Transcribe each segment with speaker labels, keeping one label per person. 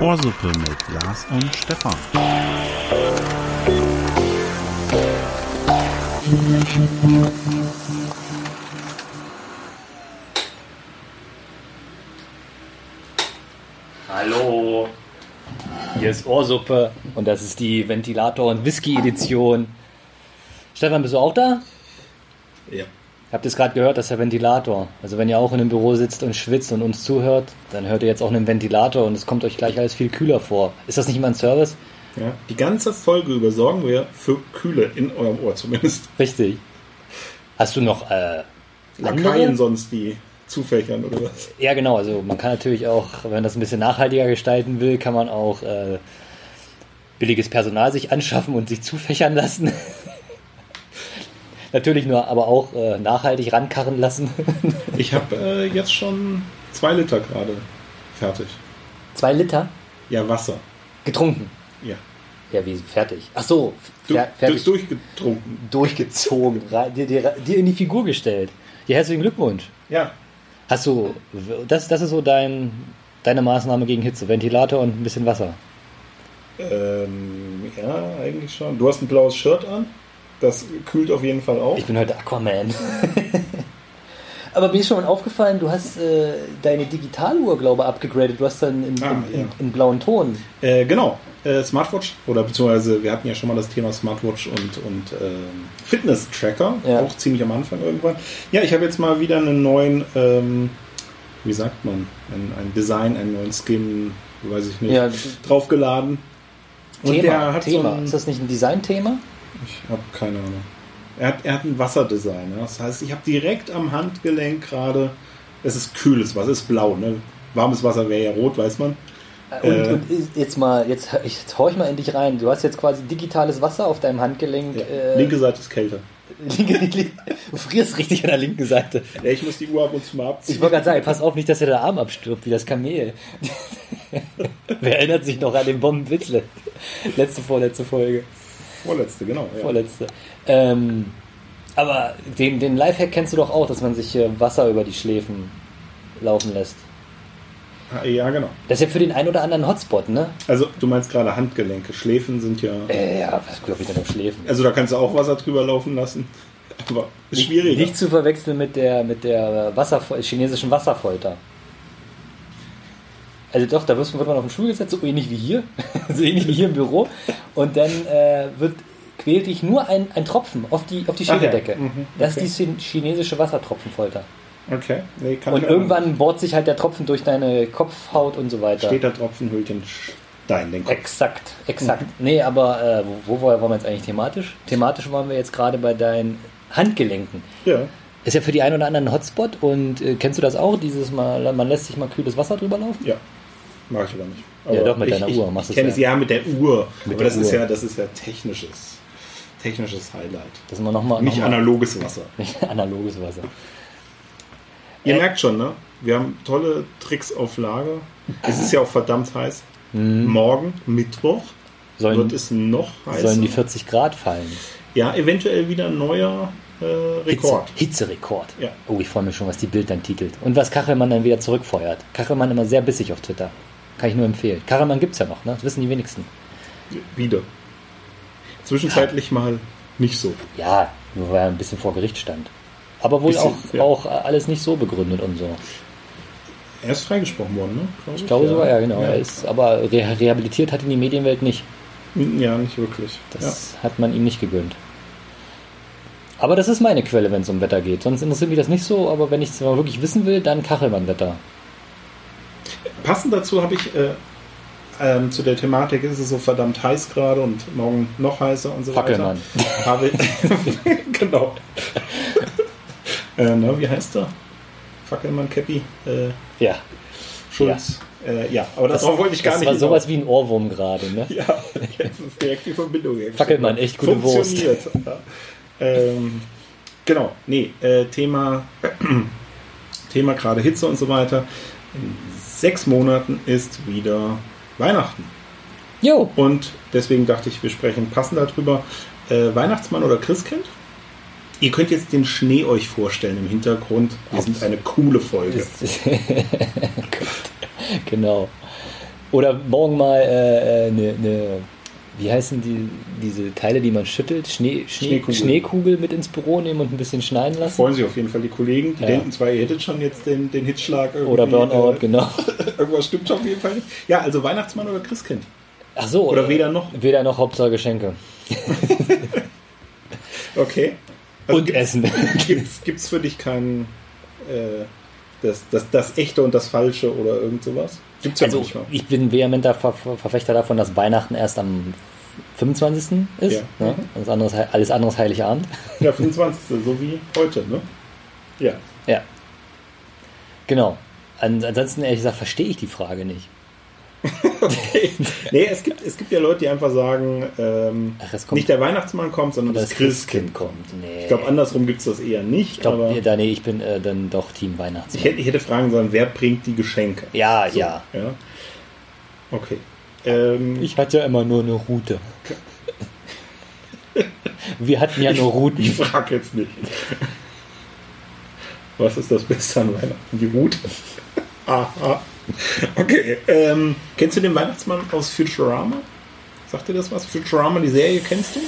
Speaker 1: Ohrsuppe mit Lars und Stefan.
Speaker 2: Hallo, hier ist Ohrsuppe und das ist die Ventilator- und Whisky-Edition. Stefan, bist du auch da?
Speaker 3: Ja.
Speaker 2: Habt ihr es gerade gehört, das ist der Ventilator. Also wenn ihr auch in einem Büro sitzt und schwitzt und uns zuhört, dann hört ihr jetzt auch einen Ventilator und es kommt euch gleich alles viel kühler vor. Ist das nicht mal ein Service?
Speaker 3: ja. Die ganze Folge über sorgen wir für Kühle in eurem Ohr zumindest.
Speaker 2: Richtig. Hast du noch äh,
Speaker 3: Lakaien
Speaker 2: andere?
Speaker 3: sonst die zufächern oder was?
Speaker 2: Ja, genau. Also man kann natürlich auch, wenn man das ein bisschen nachhaltiger gestalten will, kann man auch äh, billiges Personal sich anschaffen und sich zufächern lassen. natürlich nur, aber auch äh, nachhaltig rankarren lassen.
Speaker 3: Ich habe äh, jetzt schon zwei Liter gerade fertig.
Speaker 2: Zwei Liter
Speaker 3: Ja, Wasser.
Speaker 2: getrunken.
Speaker 3: Ja.
Speaker 2: Ja, wie fertig? Ach so,
Speaker 3: Du,
Speaker 2: fer fertig.
Speaker 3: du- Durchgetrunken.
Speaker 2: durchgezogen, rei- dir, dir, dir in die Figur gestellt. Ja, herzlichen Glückwunsch.
Speaker 3: Ja.
Speaker 2: Hast du, das, das ist so dein, deine Maßnahme gegen Hitze, Ventilator und ein bisschen Wasser.
Speaker 3: Ähm, ja, eigentlich schon. Du hast ein blaues Shirt an. Das kühlt auf jeden Fall auch.
Speaker 2: Ich bin heute Aquaman. Aber mir ist schon mal aufgefallen, du hast äh, deine Digitaluhr, glaube ich, abgegradet. Du hast dann in,
Speaker 3: Ah,
Speaker 2: in, in,
Speaker 3: ja.
Speaker 2: in blauen Ton.
Speaker 3: Äh, genau. Äh, Smartwatch oder beziehungsweise wir hatten ja schon mal das Thema Smartwatch und, und ähm, Fitness-Tracker,
Speaker 2: Ja.
Speaker 3: auch ziemlich am Anfang irgendwann. Ja, ich habe jetzt mal wieder einen neuen, ähm, wie sagt man, ein, ein Design, einen neuen Skin, weiß ich nicht,
Speaker 2: Ja.
Speaker 3: draufgeladen. Und der hat
Speaker 2: Thema.
Speaker 3: so ein,
Speaker 2: ist das nicht ein Design-Thema?
Speaker 3: ich habe keine Ahnung. Er hat, er hat ein Wasserdesign. Ja? Das heißt, ich habe direkt am Handgelenk gerade, es ist kühles Wasser, es ist blau, ne? Warmes Wasser wäre ja rot, weiß man.
Speaker 2: Und,
Speaker 3: Äh.
Speaker 2: und ist- jetzt mal, jetzt, ich- jetzt horch mal in dich rein. Du hast jetzt quasi digitales Wasser auf deinem Handgelenk.
Speaker 3: Ja.
Speaker 2: äh,
Speaker 3: Linke Seite ist kälter.
Speaker 2: Linke, linke, du frierst richtig an der linken Seite.
Speaker 3: Ja, ich muss die Uhr ab und zu mal abziehen.
Speaker 2: Ich wollte gerade sagen, pass auf nicht, dass dir der Arm abstirbt, wie das Kamel. Wer erinnert sich noch an den Bombenwitzle? Letzte, vorletzte Folge.
Speaker 3: Vorletzte, genau. Ja.
Speaker 2: Vorletzte. Ähm, aber den, den Lifehack kennst du doch auch, dass man sich äh, Wasser über die Schläfen laufen lässt.
Speaker 3: Ah, ja, genau.
Speaker 2: Das ist ja für den einen oder anderen Hotspot, ne?
Speaker 3: Also, du meinst gerade Handgelenke. Schläfen sind ja.
Speaker 2: Äh, ja, was glaube ich denn auf Schläfen?
Speaker 3: Also, da kannst du auch Wasser drüber laufen lassen. Aber ist ne?
Speaker 2: Nicht,
Speaker 3: schwieriger.
Speaker 2: nicht zu verwechseln mit der, mit der Wasserfol chinesischen Wasserfolter. Also doch, da wirst- wird man auf den Stuhl gesetzt, so ähnlich wie hier, so ähnlich wie hier im Büro. Und dann äh, wird, quält dich nur ein, ein Tropfen auf die, auf die
Speaker 3: Ach ja,
Speaker 2: Schädeldecke.
Speaker 3: mhm,
Speaker 2: Das
Speaker 3: okay.
Speaker 2: ist die chin- chinesische Wassertropfenfolter.
Speaker 3: Okay. Nee, kann
Speaker 2: Und
Speaker 3: ich auch
Speaker 2: irgendwann bohrt sich halt der Tropfen durch deine Kopfhaut und so
Speaker 3: nicht.
Speaker 2: weiter.
Speaker 3: Steht da Tropfen, hüllt den Stein, den Kopf.
Speaker 2: Exakt, exakt.
Speaker 3: Mhm.
Speaker 2: Nee, aber äh, wo, wo waren wir jetzt eigentlich thematisch? Thematisch waren wir jetzt gerade bei deinen Handgelenken.
Speaker 3: Ja.
Speaker 2: Ist ja für die einen oder anderen ein Hotspot und äh, kennst du das auch? Dieses Mal, man lässt sich mal kühles Wasser drüber laufen?
Speaker 3: Ja. Mach ich aber nicht.
Speaker 2: Ja,
Speaker 3: Aber
Speaker 2: doch, mit
Speaker 3: ich,
Speaker 2: deiner
Speaker 3: ich,
Speaker 2: Uhr machst
Speaker 3: ich
Speaker 2: du's
Speaker 3: kenne es ja mit der Uhr.
Speaker 2: Mit der
Speaker 3: aber das ist
Speaker 2: Uhr.
Speaker 3: ja, das ist ja technisches, technisches Highlight.
Speaker 2: Das ist mal nochmal
Speaker 3: Nicht
Speaker 2: noch mal,
Speaker 3: analoges Wasser.
Speaker 2: nicht analoges Wasser.
Speaker 3: Ihr
Speaker 2: Äh.
Speaker 3: merkt schon, ne? Wir haben tolle Tricks auf Lager. Es ist ja auch verdammt heiß. Morgen,
Speaker 2: Mhm.
Speaker 3: Mittwoch,
Speaker 2: Sollen,
Speaker 3: wird es noch heißer.
Speaker 2: sollen die 40 Grad fallen?
Speaker 3: ja, eventuell wieder ein neuer äh, Rekord.
Speaker 2: Hitze, Hitzerekord.
Speaker 3: Ja.
Speaker 2: Oh, ich freue mich schon, was die Bild dann titelt. Und was Kachelmann dann wieder zurückfeuert. Kachelmann immer sehr bissig auf Twitter. Kann ich nur empfehlen. Kachelmann gibt's ja noch, ne? Das wissen die wenigsten.
Speaker 3: Wieder. Zwischenzeitlich mal nicht so.
Speaker 2: Ja, nur weil er ein bisschen vor Gericht stand. Aber wohl
Speaker 3: Bisschen,
Speaker 2: auch,
Speaker 3: ja.
Speaker 2: auch äh, alles nicht so begründet und so.
Speaker 3: Er ist freigesprochen worden, ne? Glaub
Speaker 2: Ich glaube sogar, ja, genau.
Speaker 3: Ja,
Speaker 2: Er ist aber reha- rehabilitiert hat ihn die Medienwelt nicht.
Speaker 3: ja nicht wirklich.
Speaker 2: Das hat man ihm nicht gegönnt. Aber das ist meine Quelle, wenn es um Wetter geht. Sonst interessiert mich das nicht so, aber wenn ich es mal wirklich wissen will, dann Kachelmann-Wetter.
Speaker 3: ja. Passend dazu habe ich äh, ähm, zu der Thematik, ist es so verdammt heiß gerade und morgen noch heißer und so
Speaker 2: Fackelmann.
Speaker 3: weiter. Habe ich, genau. äh, ne, wie heißt er? Fackelmann, Cappy, äh,
Speaker 2: Ja,
Speaker 3: Schulz. Ja, äh, ja aber darauf wollte ich gar
Speaker 2: das
Speaker 3: nicht
Speaker 2: war
Speaker 3: hinaus.
Speaker 2: sowas wie ein Ohrwurm gerade, ne?
Speaker 3: Ja, jetzt ist direkt die Verbindung hergestellt.
Speaker 2: Fackelmann, echt gute
Speaker 3: Funktioniert. Ja. ähm, genau, nee, äh, Thema, Thema gerade Hitze und so weiter. In sechs Monaten ist wieder Weihnachten.
Speaker 2: Jo,
Speaker 3: Und deswegen dachte ich, wir sprechen passend darüber. Äh, Weihnachtsmann oder Christkind? Ihr könnt jetzt den Schnee euch vorstellen im Hintergrund. Wir sind eine coole Folge.
Speaker 2: Gut. genau. Oder morgen mal eine, äh, ne, ne, wie heißen die, diese Teile, die man schüttelt? Schnee, Schnee,
Speaker 3: Schneekugel.
Speaker 2: Schneekugel. mit ins Büro nehmen und ein bisschen schneien lassen?
Speaker 3: Freuen sich auf jeden Fall die Kollegen. Die
Speaker 2: Ja.
Speaker 3: denken zwar, ihr hättet schon jetzt den, den Hitschlag irgendwie.
Speaker 2: Oder Burnout,
Speaker 3: äh,
Speaker 2: genau.
Speaker 3: Irgendwas stimmt auf jeden Fall nicht. Ja, also Weihnachtsmann oder Christkind.
Speaker 2: Ach so.
Speaker 3: Oder
Speaker 2: äh,
Speaker 3: weder noch.
Speaker 2: Weder noch Hauptsache Geschenke.
Speaker 3: Okay. Also
Speaker 2: und Essen.
Speaker 3: Gibt's, gibt's für dich kein äh, das, das, das Echte und das Falsche oder irgend sowas? Gibt's ja
Speaker 2: Also,
Speaker 3: manchmal.
Speaker 2: ich bin vehementer Ver Ver Verfechter davon, dass Weihnachten erst am 25. ist.
Speaker 3: Ja. Mhm.
Speaker 2: Ne? Alles, andere, alles andere ist Heiligabend.
Speaker 3: Ja, 25. so wie heute, ne? Ja.
Speaker 2: Ja. Genau. An ansonsten, ehrlich gesagt, verstehe ich die Frage nicht.
Speaker 3: Nee, es gibt, es gibt ja Leute, die einfach sagen, ähm,
Speaker 2: Ach, es kommt-
Speaker 3: nicht der Weihnachtsmann kommt, sondern das, Christkind.
Speaker 2: kommt. Nee.
Speaker 3: Ich glaube, andersrum gibt's das eher nicht.
Speaker 2: Ich glaub,
Speaker 3: aber
Speaker 2: ja, nee, ich bin äh, dann doch Team
Speaker 3: ich,
Speaker 2: Weihnachtsmann.
Speaker 3: hätte, ich hätte fragen sollen, wer bringt die Geschenke?
Speaker 2: Ja, ja.
Speaker 3: Ja. Okay. Ähm,
Speaker 2: Ich hatte ja immer nur eine Route. Wir hatten ja nur
Speaker 3: ich
Speaker 2: Routen.
Speaker 3: frage jetzt nicht. Was ist das Beste an Weihnachten? Die Route? Aha. Okay. Ähm, kennst du den Weihnachtsmann aus Futurama? Sagt dir das was? Futurama, die Serie, kennst du?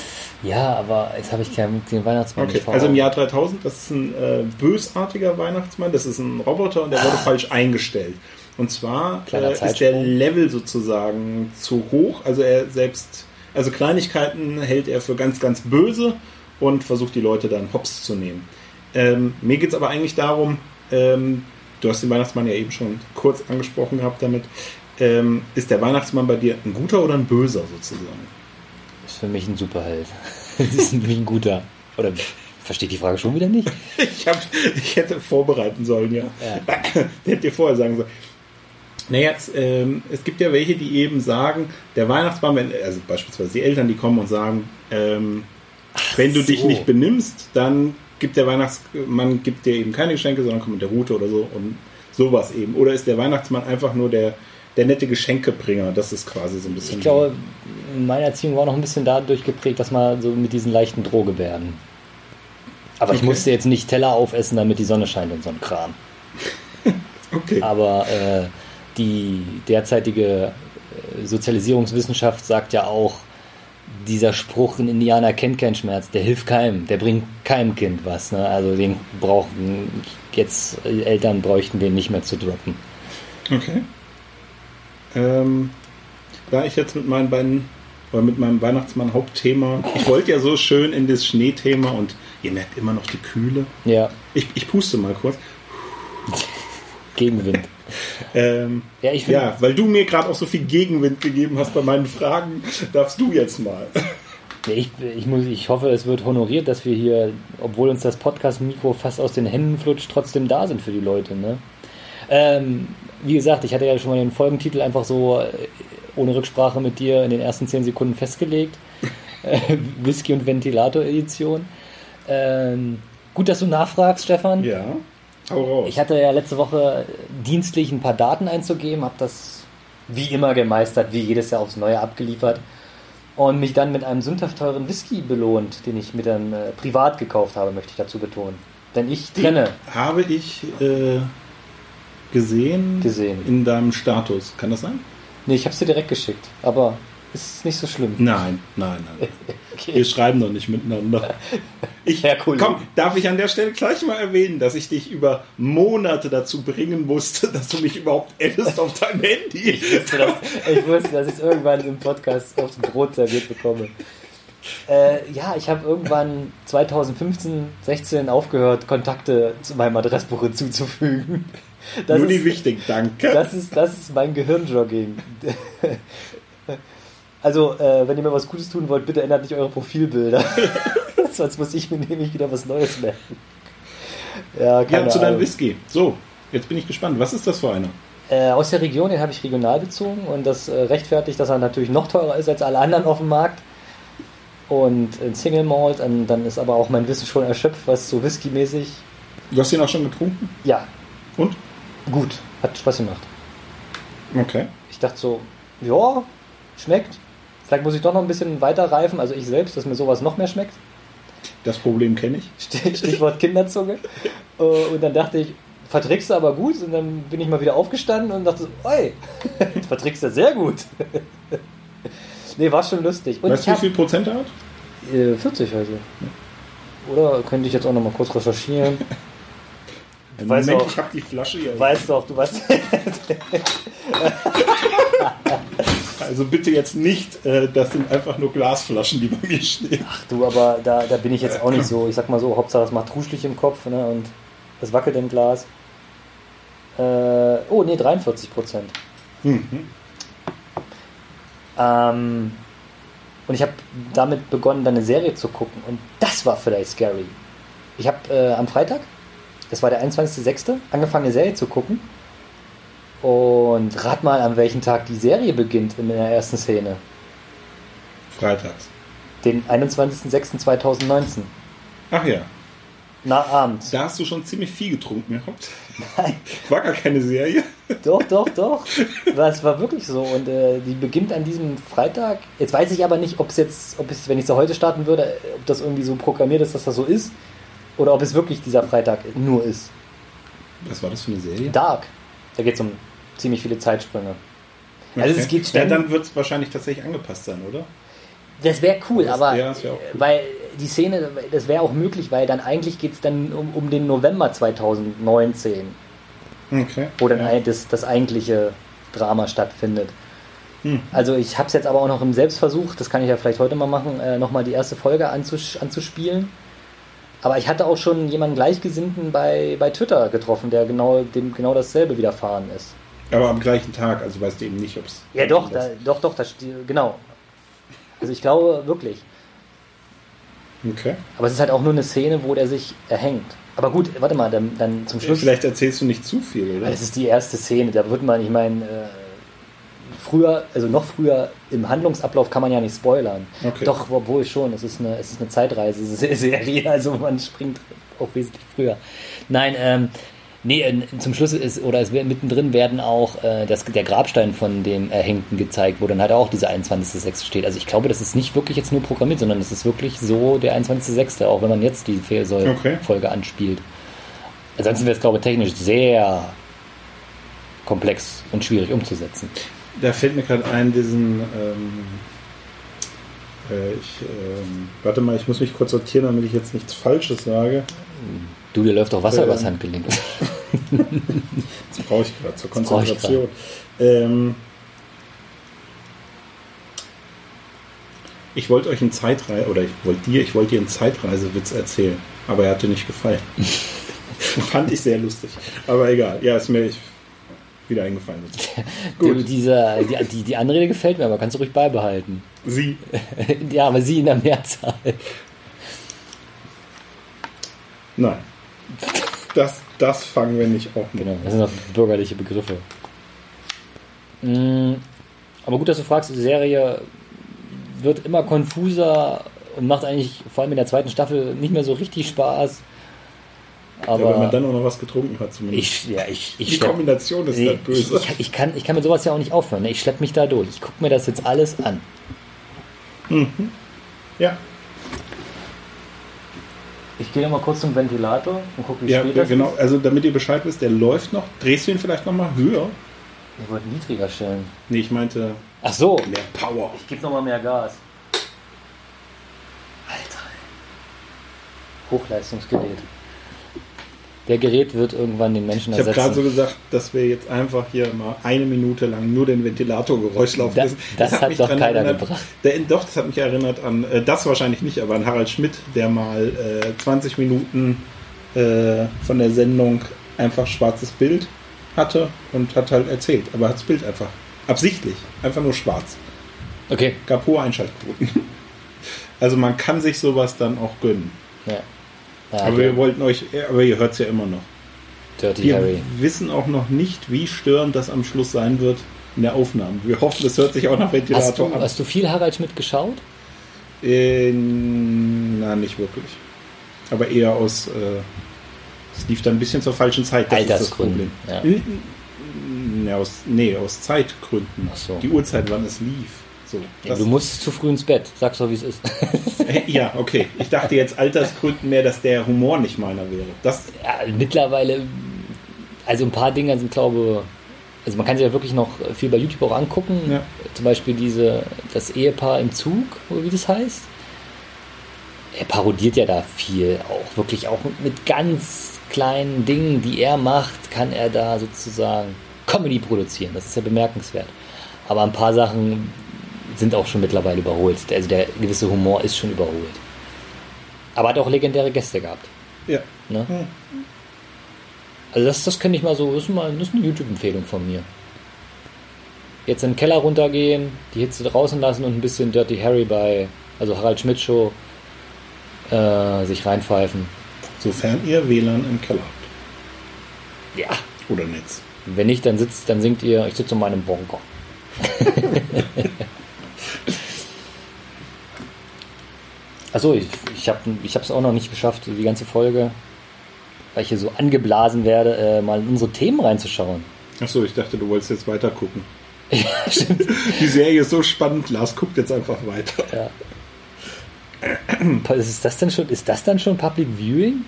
Speaker 2: Ja, aber jetzt habe ich keinen den Weihnachtsmann
Speaker 3: Okay.
Speaker 2: nicht vor
Speaker 3: Also im
Speaker 2: Augen.
Speaker 3: Jahr 3000, das ist ein äh, bösartiger Weihnachtsmann, das ist ein Roboter und der wurde falsch eingestellt. Und zwar
Speaker 2: Kleiner
Speaker 3: äh, ist der
Speaker 2: Zeitsprung.
Speaker 3: Level sozusagen zu hoch, also er selbst, also Kleinigkeiten hält er für ganz, ganz böse und versucht die Leute dann hops zu nehmen. Ähm, mir geht es aber eigentlich darum, ähm, du hast den Weihnachtsmann ja eben schon kurz angesprochen gehabt damit, ähm, ist der Weihnachtsmann bei dir ein guter oder ein böser sozusagen?
Speaker 2: Ist für mich ein Superheld. Das ist für mich ein guter. Oder versteht die Frage schon wieder nicht?
Speaker 3: Ich, hab, ich hätte vorbereiten sollen, ja.
Speaker 2: Äh,
Speaker 3: Hättet ihr vorher sagen sollen. Naja, es, ähm, es gibt ja welche, die eben sagen, der Weihnachtsbaum, wenn, also beispielsweise die Eltern, die kommen und sagen, ähm, wenn du dich
Speaker 2: so.
Speaker 3: nicht benimmst, dann gibt der Weihnachtsmann gibt dir eben keine Geschenke, sondern kommt mit der Route oder so und sowas eben. Oder ist der Weihnachtsmann einfach nur der, der nette Geschenkebringer? Das ist quasi so ein bisschen.
Speaker 2: Ich glaube, meine Erziehung war noch ein bisschen dadurch geprägt, dass man so mit diesen leichten Drohgebärden. Aber ich
Speaker 3: Okay.
Speaker 2: musste jetzt nicht Teller aufessen, damit die Sonne scheint und so ein Kram.
Speaker 3: okay.
Speaker 2: Aber äh, die derzeitige äh, Sozialisierungswissenschaft sagt ja auch, dieser Spruch, ein Indianer kennt keinen Schmerz, der hilft keinem, der bringt keinem Kind was. Ne? Also den brauchen jetzt äh, Eltern bräuchten den nicht mehr zu droppen.
Speaker 3: Okay. Ähm, da ich jetzt mit meinen beiden oder mit meinem Weihnachtsmann Hauptthema, ich wollte ja so schön in das Schneethema und ihr merkt immer noch die Kühle.
Speaker 2: Ja,
Speaker 3: Ich, ich puste mal kurz.
Speaker 2: Gegenwind.
Speaker 3: Ähm,
Speaker 2: Ja, ich finde,
Speaker 3: ja, weil du mir gerade auch so viel Gegenwind gegeben hast bei meinen Fragen, darfst du jetzt mal.
Speaker 2: Nee, Ich, ich, muss, ich hoffe, es wird honoriert, dass wir hier, obwohl uns das Podcast-Mikro fast aus den Händen flutscht, trotzdem da sind für die Leute. Ne? Ähm, wie gesagt, ich hatte ja schon mal den Folgentitel einfach so äh, ohne Rücksprache mit dir in den ersten zehn Sekunden festgelegt. Äh, Whisky- und Ventilator-Edition. Ähm, gut, dass du nachfragst, Stefan.
Speaker 3: Ja, hau raus.
Speaker 2: Ich hatte ja letzte Woche dienstlich ein paar Daten einzugeben, habe das wie immer gemeistert, wie jedes Jahr aufs Neue abgeliefert und mich dann mit einem sündhaft teuren Whisky belohnt, den ich mit einem äh, privat gekauft habe, möchte ich dazu betonen. Denn ich trenne.
Speaker 3: Habe ich äh, gesehen,
Speaker 2: Gesehen.
Speaker 3: in deinem Status. Kann das sein?
Speaker 2: Nee, ich habe es dir direkt geschickt, aber ist nicht so schlimm.
Speaker 3: Nein, nein, nein. Wir
Speaker 2: Okay.
Speaker 3: schreiben doch nicht miteinander. Ich,
Speaker 2: Herr Kollege.
Speaker 3: Komm, darf ich an der Stelle gleich mal erwähnen, dass ich dich über Monate dazu bringen musste, dass du mich überhaupt addest auf deinem Handy.
Speaker 2: wusste, dass, ich wusste, dass ich es irgendwann im Podcast aufs Brot serviert bekomme. Äh, ja, ich habe irgendwann 2015, 16 aufgehört, Kontakte zu meinem Adressbuch hinzuzufügen. Das
Speaker 3: Nur die
Speaker 2: ist,
Speaker 3: wichtigen, danke.
Speaker 2: das, ist, das ist mein Gehirnjogging. Also, äh, wenn ihr mir was Gutes tun wollt, bitte ändert nicht eure Profilbilder. Sonst muss ich mir nämlich wieder was Neues merken. Ja, keine
Speaker 3: ja, zu deinem
Speaker 2: Ahnung.
Speaker 3: Whisky. So, jetzt bin ich gespannt. Was ist das für einer?
Speaker 2: Äh, aus der Region, den habe ich regional bezogen und das äh, rechtfertigt, dass er natürlich noch teurer ist als alle anderen auf dem Markt. Und ein Single Malt, und dann ist aber auch mein Wissen schon erschöpft, was so whiskymäßig.
Speaker 3: Du hast ihn auch schon getrunken?
Speaker 2: Ja,
Speaker 3: Und?
Speaker 2: gut, hat Spaß gemacht.
Speaker 3: Okay.
Speaker 2: Ich dachte so, ja, schmeckt. Vielleicht muss ich doch noch ein bisschen weiter reifen, also ich selbst, dass mir sowas noch mehr schmeckt.
Speaker 3: Das Problem kenne ich.
Speaker 2: Stichwort Kinderzunge. Äh, Und dann dachte ich, verträgst du aber gut. Und dann bin ich mal wieder aufgestanden und dachte, so, oi, du verträgst du sehr gut. Nee, war schon lustig. Und
Speaker 3: weißt
Speaker 2: ich
Speaker 3: du, wie
Speaker 2: hab,
Speaker 3: viel Prozent er hat?
Speaker 2: äh, 40 also. Oder könnte ich jetzt auch noch mal kurz recherchieren?
Speaker 3: Im
Speaker 2: Weiß
Speaker 3: Moment,
Speaker 2: auch.
Speaker 3: ich habe die Flasche hier.
Speaker 2: Weißt doch, du weißt.
Speaker 3: Also bitte jetzt nicht, äh, das sind einfach nur Glasflaschen, die bei mir stehen.
Speaker 2: Du, aber da, da bin ich jetzt auch nicht so. Ich sag mal so, Hauptsache es macht ruschlich im Kopf ne, und es wackelt im Glas. Äh, oh, nee, 43 Prozent.
Speaker 3: Mhm.
Speaker 2: Ähm, und ich habe damit begonnen, dann eine Serie zu gucken. Und das war vielleicht scary. Ich habe äh, am Freitag, das war der 21.06., angefangen, eine Serie zu gucken. Und rat mal, an welchem Tag die Serie beginnt in der ersten Szene.
Speaker 3: Freitags.
Speaker 2: Den 21.06.2019.
Speaker 3: Ach ja,
Speaker 2: Na, abends.
Speaker 3: da hast du schon ziemlich viel getrunken gehabt.
Speaker 2: Nein.
Speaker 3: War gar keine Serie.
Speaker 2: Doch, doch, doch. Das war wirklich so. Und äh, die beginnt an diesem Freitag. Jetzt weiß ich aber nicht, ob es jetzt, ob es, wenn ich sie heute starten würde, äh, ob das irgendwie so programmiert ist, dass das so ist. Oder ob es wirklich dieser Freitag nur ist.
Speaker 3: Was war das für eine Serie?
Speaker 2: Dark. Da geht es um ziemlich viele Zeitsprünge. Also es geht
Speaker 3: Ja,
Speaker 2: schnell.
Speaker 3: dann wird es wahrscheinlich tatsächlich angepasst sein, oder?
Speaker 2: Das wäre cool,
Speaker 3: Das-
Speaker 2: aber
Speaker 3: ja, das wär auch cool.
Speaker 2: weil die Szene, das wäre auch möglich, weil dann eigentlich geht es dann um, um den November 2019,
Speaker 3: Okay.
Speaker 2: wo dann ein- das, das eigentliche Drama stattfindet.
Speaker 3: Hm.
Speaker 2: Also ich habe es jetzt aber auch noch im Selbstversuch, das kann ich ja vielleicht heute mal machen, äh, nochmal die erste Folge anzusch anzuspielen. Aber ich hatte auch schon jemanden Gleichgesinnten bei, bei Twitter getroffen, der genau dem genau dasselbe widerfahren ist.
Speaker 3: Aber am gleichen Tag, also weißt du eben nicht, Also, ob es.
Speaker 2: Ja doch, da, doch, doch, das, genau. Also ich glaube wirklich.
Speaker 3: Okay.
Speaker 2: Aber es ist halt auch nur eine Szene, wo der sich erhängt. Aber gut, warte mal, dann, dann zum Schluss.
Speaker 3: Vielleicht erzählst du nicht zu viel, oder?
Speaker 2: Das ist die erste Szene, da wird man, ich meine, äh, früher, also noch früher im Handlungsablauf kann man ja nicht spoilern.
Speaker 3: Okay.
Speaker 2: Doch, obwohl schon, es ist eine, es ist eine Zeitreise, es ist eine Serie, also man springt auch wesentlich früher. Nein, ähm, nee, äh, zum Schluss ist, oder es wird mittendrin werden auch äh, das, der Grabstein von dem Erhängten gezeigt, wo dann halt auch dieser 21.06. steht. Also ich glaube, das ist nicht wirklich jetzt nur programmiert, sondern es ist wirklich so der 21.06., auch wenn man jetzt die Fehlsoll-
Speaker 3: Okay.
Speaker 2: Folge anspielt. Ansonsten wäre es, glaube ich, technisch sehr komplex und schwierig umzusetzen.
Speaker 3: Da fällt mir gerade ein, diesen. Ähm, äh, ich, ähm, warte mal, ich muss mich kurz sortieren, damit ich jetzt nichts Falsches sage.
Speaker 2: Du, dir läuft doch Wasser
Speaker 3: Ähm.
Speaker 2: übers Handgelenk.
Speaker 3: Das brauche ich gerade zur
Speaker 2: Das brauche ich
Speaker 3: Konzentration. Ähm, ich wollte euch einen Zeitreise, oder ich wollte dir, ich wollte dir einen Zeitreisewitz erzählen, aber er hat dir nicht gefallen. Fand ich sehr lustig. Aber egal, ja, ist mir ich, wieder eingefallen.
Speaker 2: Du,
Speaker 3: Gut,
Speaker 2: dieser, die, die, die Anrede gefällt mir, aber kannst du ruhig beibehalten.
Speaker 3: sie.
Speaker 2: ja, aber sie in der Mehrzahl.
Speaker 3: Nein. Das, das fangen wir nicht auf.
Speaker 2: Genau, das sind noch bürgerliche Begriffe. Mm, Aber gut, dass du fragst, die Serie wird immer konfuser und macht eigentlich vor allem in der zweiten Staffel nicht mehr so richtig Spaß.
Speaker 3: Aber wenn man
Speaker 2: Aber
Speaker 3: dann auch noch was getrunken hat, zumindest.
Speaker 2: ich, ja, ich, ich
Speaker 3: Die
Speaker 2: schlepp-
Speaker 3: Kombination ist
Speaker 2: Nee,
Speaker 3: dann böse.
Speaker 2: Ich, ich, ich, kann, ich kann mit sowas ja auch nicht aufhören. ne? Ich schlepp mich da durch. Ich gucke mir das jetzt alles an.
Speaker 3: Ja,
Speaker 2: Ich gehe mal kurz zum Ventilator und gucke, wie
Speaker 3: ja
Speaker 2: spät das
Speaker 3: genau.
Speaker 2: ist.
Speaker 3: Also damit ihr Bescheid wisst, der läuft noch. Drehst du ihn vielleicht nochmal höher?
Speaker 2: Ich wollte niedriger stellen.
Speaker 3: Nee, ich meinte
Speaker 2: Ach so,
Speaker 3: mehr Power.
Speaker 2: ich gebe nochmal mehr Gas. Alter. Hochleistungsgerät. Der Gerät wird irgendwann den Menschen
Speaker 3: Ich habe
Speaker 2: ersetzen.
Speaker 3: gerade so gesagt, dass wir jetzt einfach hier mal eine Minute lang nur den Ventilatorgeräusch laufen
Speaker 2: Da-
Speaker 3: lassen.
Speaker 2: das hat
Speaker 3: mich
Speaker 2: doch
Speaker 3: dran
Speaker 2: keiner
Speaker 3: erinnert,
Speaker 2: gebracht.
Speaker 3: Der, doch, das hat mich erinnert an, äh, das wahrscheinlich nicht, aber an Harald Schmidt, der mal äh, 20 Minuten äh, von der Sendung einfach schwarzes Bild hatte und hat halt erzählt. Aber hat das Bild einfach absichtlich, einfach nur schwarz.
Speaker 2: okay.
Speaker 3: Gab hohe Einschaltquoten. Also man kann sich sowas dann auch gönnen.
Speaker 2: Ja. Ja,
Speaker 3: aber
Speaker 2: hier,
Speaker 3: wir wollten euch, aber ihr hört es ja immer noch.
Speaker 2: Dirty
Speaker 3: Wir
Speaker 2: Harry.
Speaker 3: wissen auch noch nicht, wie störend das am Schluss sein wird in der Aufnahme. Wir hoffen, es hört sich auch nach
Speaker 2: Hast du,
Speaker 3: Ventilator an.
Speaker 2: hast du viel Harald Schmidt geschaut?
Speaker 3: Äh, na, nicht wirklich. Aber eher aus. äh, Es lief dann ein bisschen zur falschen Zeit. Das
Speaker 2: Altersgründen,
Speaker 3: Ist das Problem. Ja. aus, nee, aus Zeitgründen.
Speaker 2: Ach so.
Speaker 3: Die Uhrzeit, wann es lief. So,
Speaker 2: Ja, du musst zu früh ins Bett. Sag's doch, wie es ist.
Speaker 3: Äh, ja, okay. Ich dachte jetzt Altersgründen mehr, dass der Humor nicht meiner wäre. Das,
Speaker 2: ja, mittlerweile, also ein paar Dinger sind, glaube also man kann sich ja wirklich noch viel bei YouTube auch angucken.
Speaker 3: Ja.
Speaker 2: Zum Beispiel diese, das Ehepaar im Zug, oder wie das heißt. Er parodiert ja da viel, auch wirklich auch mit ganz kleinen Dingen, die er macht, kann er da sozusagen Comedy produzieren. Das ist ja bemerkenswert. Aber ein paar Sachen sind auch schon mittlerweile überholt. Also der gewisse Humor ist schon überholt. Aber hat auch legendäre Gäste gehabt.
Speaker 3: ja.
Speaker 2: Ne?
Speaker 3: Hm.
Speaker 2: Also das, das könnte ich mal so, das ist, mal, das ist eine YouTube-Empfehlung von mir. Jetzt in den Keller runtergehen, die Hitze draußen lassen und ein bisschen Dirty Harry bei, also Harald Schmidt Show, äh, sich reinpfeifen.
Speaker 3: Sofern ihr WLAN im Keller habt.
Speaker 2: Ja.
Speaker 3: Oder Netz.
Speaker 2: Wenn nicht, dann sitzt, dann singt ihr, ich sitze in meinem Bonker. Achso, ich, ich habe es auch noch nicht geschafft, die ganze Folge, weil ich hier so angeblasen werde, äh, mal in unsere Themen reinzuschauen.
Speaker 3: Achso, ich dachte, du wolltest jetzt weiter gucken. Die Serie ist so spannend. Lars guckt jetzt einfach weiter.
Speaker 2: Ja. Ist das denn schon, ist das dann schon Public Viewing?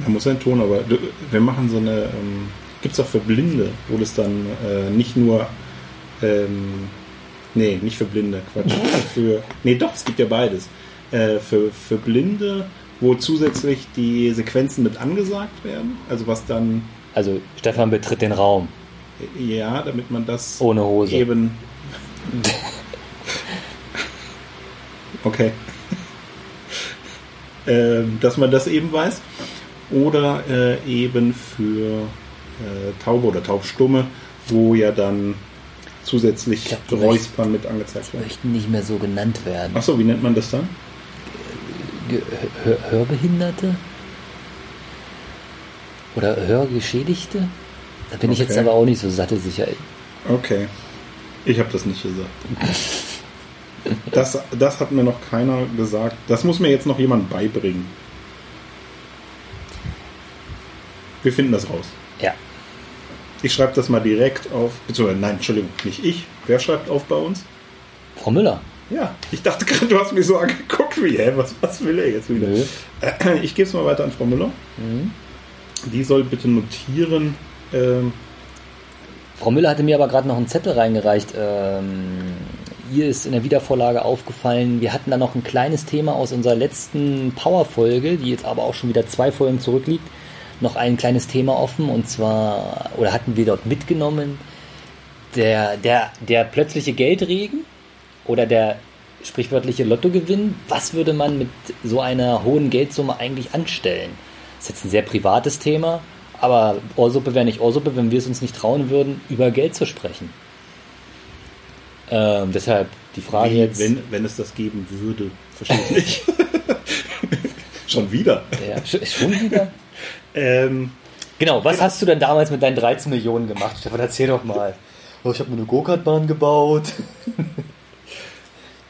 Speaker 3: Da muss ein Ton, aber du- wir machen so eine. Ähm, Gibt es auch für Blinde, wo das dann äh, nicht nur. Ähm, nee, nicht für Blinde, Quatsch. für, nee, doch, es gibt ja beides. Äh, für, für Blinde, wo zusätzlich die Sequenzen mit angesagt werden. Also was dann. äh,
Speaker 2: Also Stefan betritt den Raum
Speaker 3: Ja, damit man das
Speaker 2: ohne Hose.
Speaker 3: eben. okay. ähm, dass man das eben weiß. Oder äh, eben für äh, Taube oder Taubstumme, wo ja dann zusätzlich
Speaker 2: glaub, du
Speaker 3: Räuspern mit angezeigt werden.
Speaker 2: Möchten nicht mehr so genannt werden.
Speaker 3: Achso, wie nennt man das dann?
Speaker 2: Ge Hör Hörbehinderte? Oder Hörgeschädigte? Da bin ich jetzt
Speaker 3: Okay.
Speaker 2: aber auch nicht so sattelsicher.
Speaker 3: Okay. Ich habe das nicht gesagt. Das, das hat mir noch keiner gesagt. Das muss mir jetzt noch jemand beibringen. Wir finden das raus.
Speaker 2: Ja.
Speaker 3: Ich schreibe das mal direkt auf. Beziehungsweise, nein, Entschuldigung, nicht ich. Wer schreibt auf bei uns?
Speaker 2: Frau Müller.
Speaker 3: Ja, ich dachte gerade, du hast mich so angeguckt wie, hä, was, was will er jetzt wieder?
Speaker 2: Nö.
Speaker 3: Ich gebe es mal weiter an Frau Müller.
Speaker 2: Mhm.
Speaker 3: Die soll bitte notieren. Ähm,
Speaker 2: Frau Müller hatte mir aber gerade noch einen Zettel reingereicht. Ähm, ihr ist in der Wiedervorlage aufgefallen, wir hatten da noch ein kleines Thema aus unserer letzten Power-Folge, die jetzt aber auch schon wieder zwei Folgen zurückliegt, noch ein kleines Thema offen und zwar, oder hatten wir dort mitgenommen, der, der, der plötzliche Geldregen oder der sprichwörtliche Lottogewinn, was würde man mit so einer hohen Geldsumme eigentlich anstellen? Das ist jetzt ein sehr privates Thema, aber Ohrsuppe wäre nicht Ohrsuppe, wenn wir es uns nicht trauen würden, über Geld zu sprechen. Ähm, deshalb die Frage jetzt.
Speaker 3: wenn, wenn es das geben würde, verstehe ich nicht. Schon wieder.
Speaker 2: Ja, sch- schon wieder?
Speaker 3: Ähm,
Speaker 2: Genau, was hast du denn damals mit deinen 13 Millionen gemacht? Stefan, erzähl doch mal. Oh, ich habe mir eine Go-Kart-Bahn gebaut.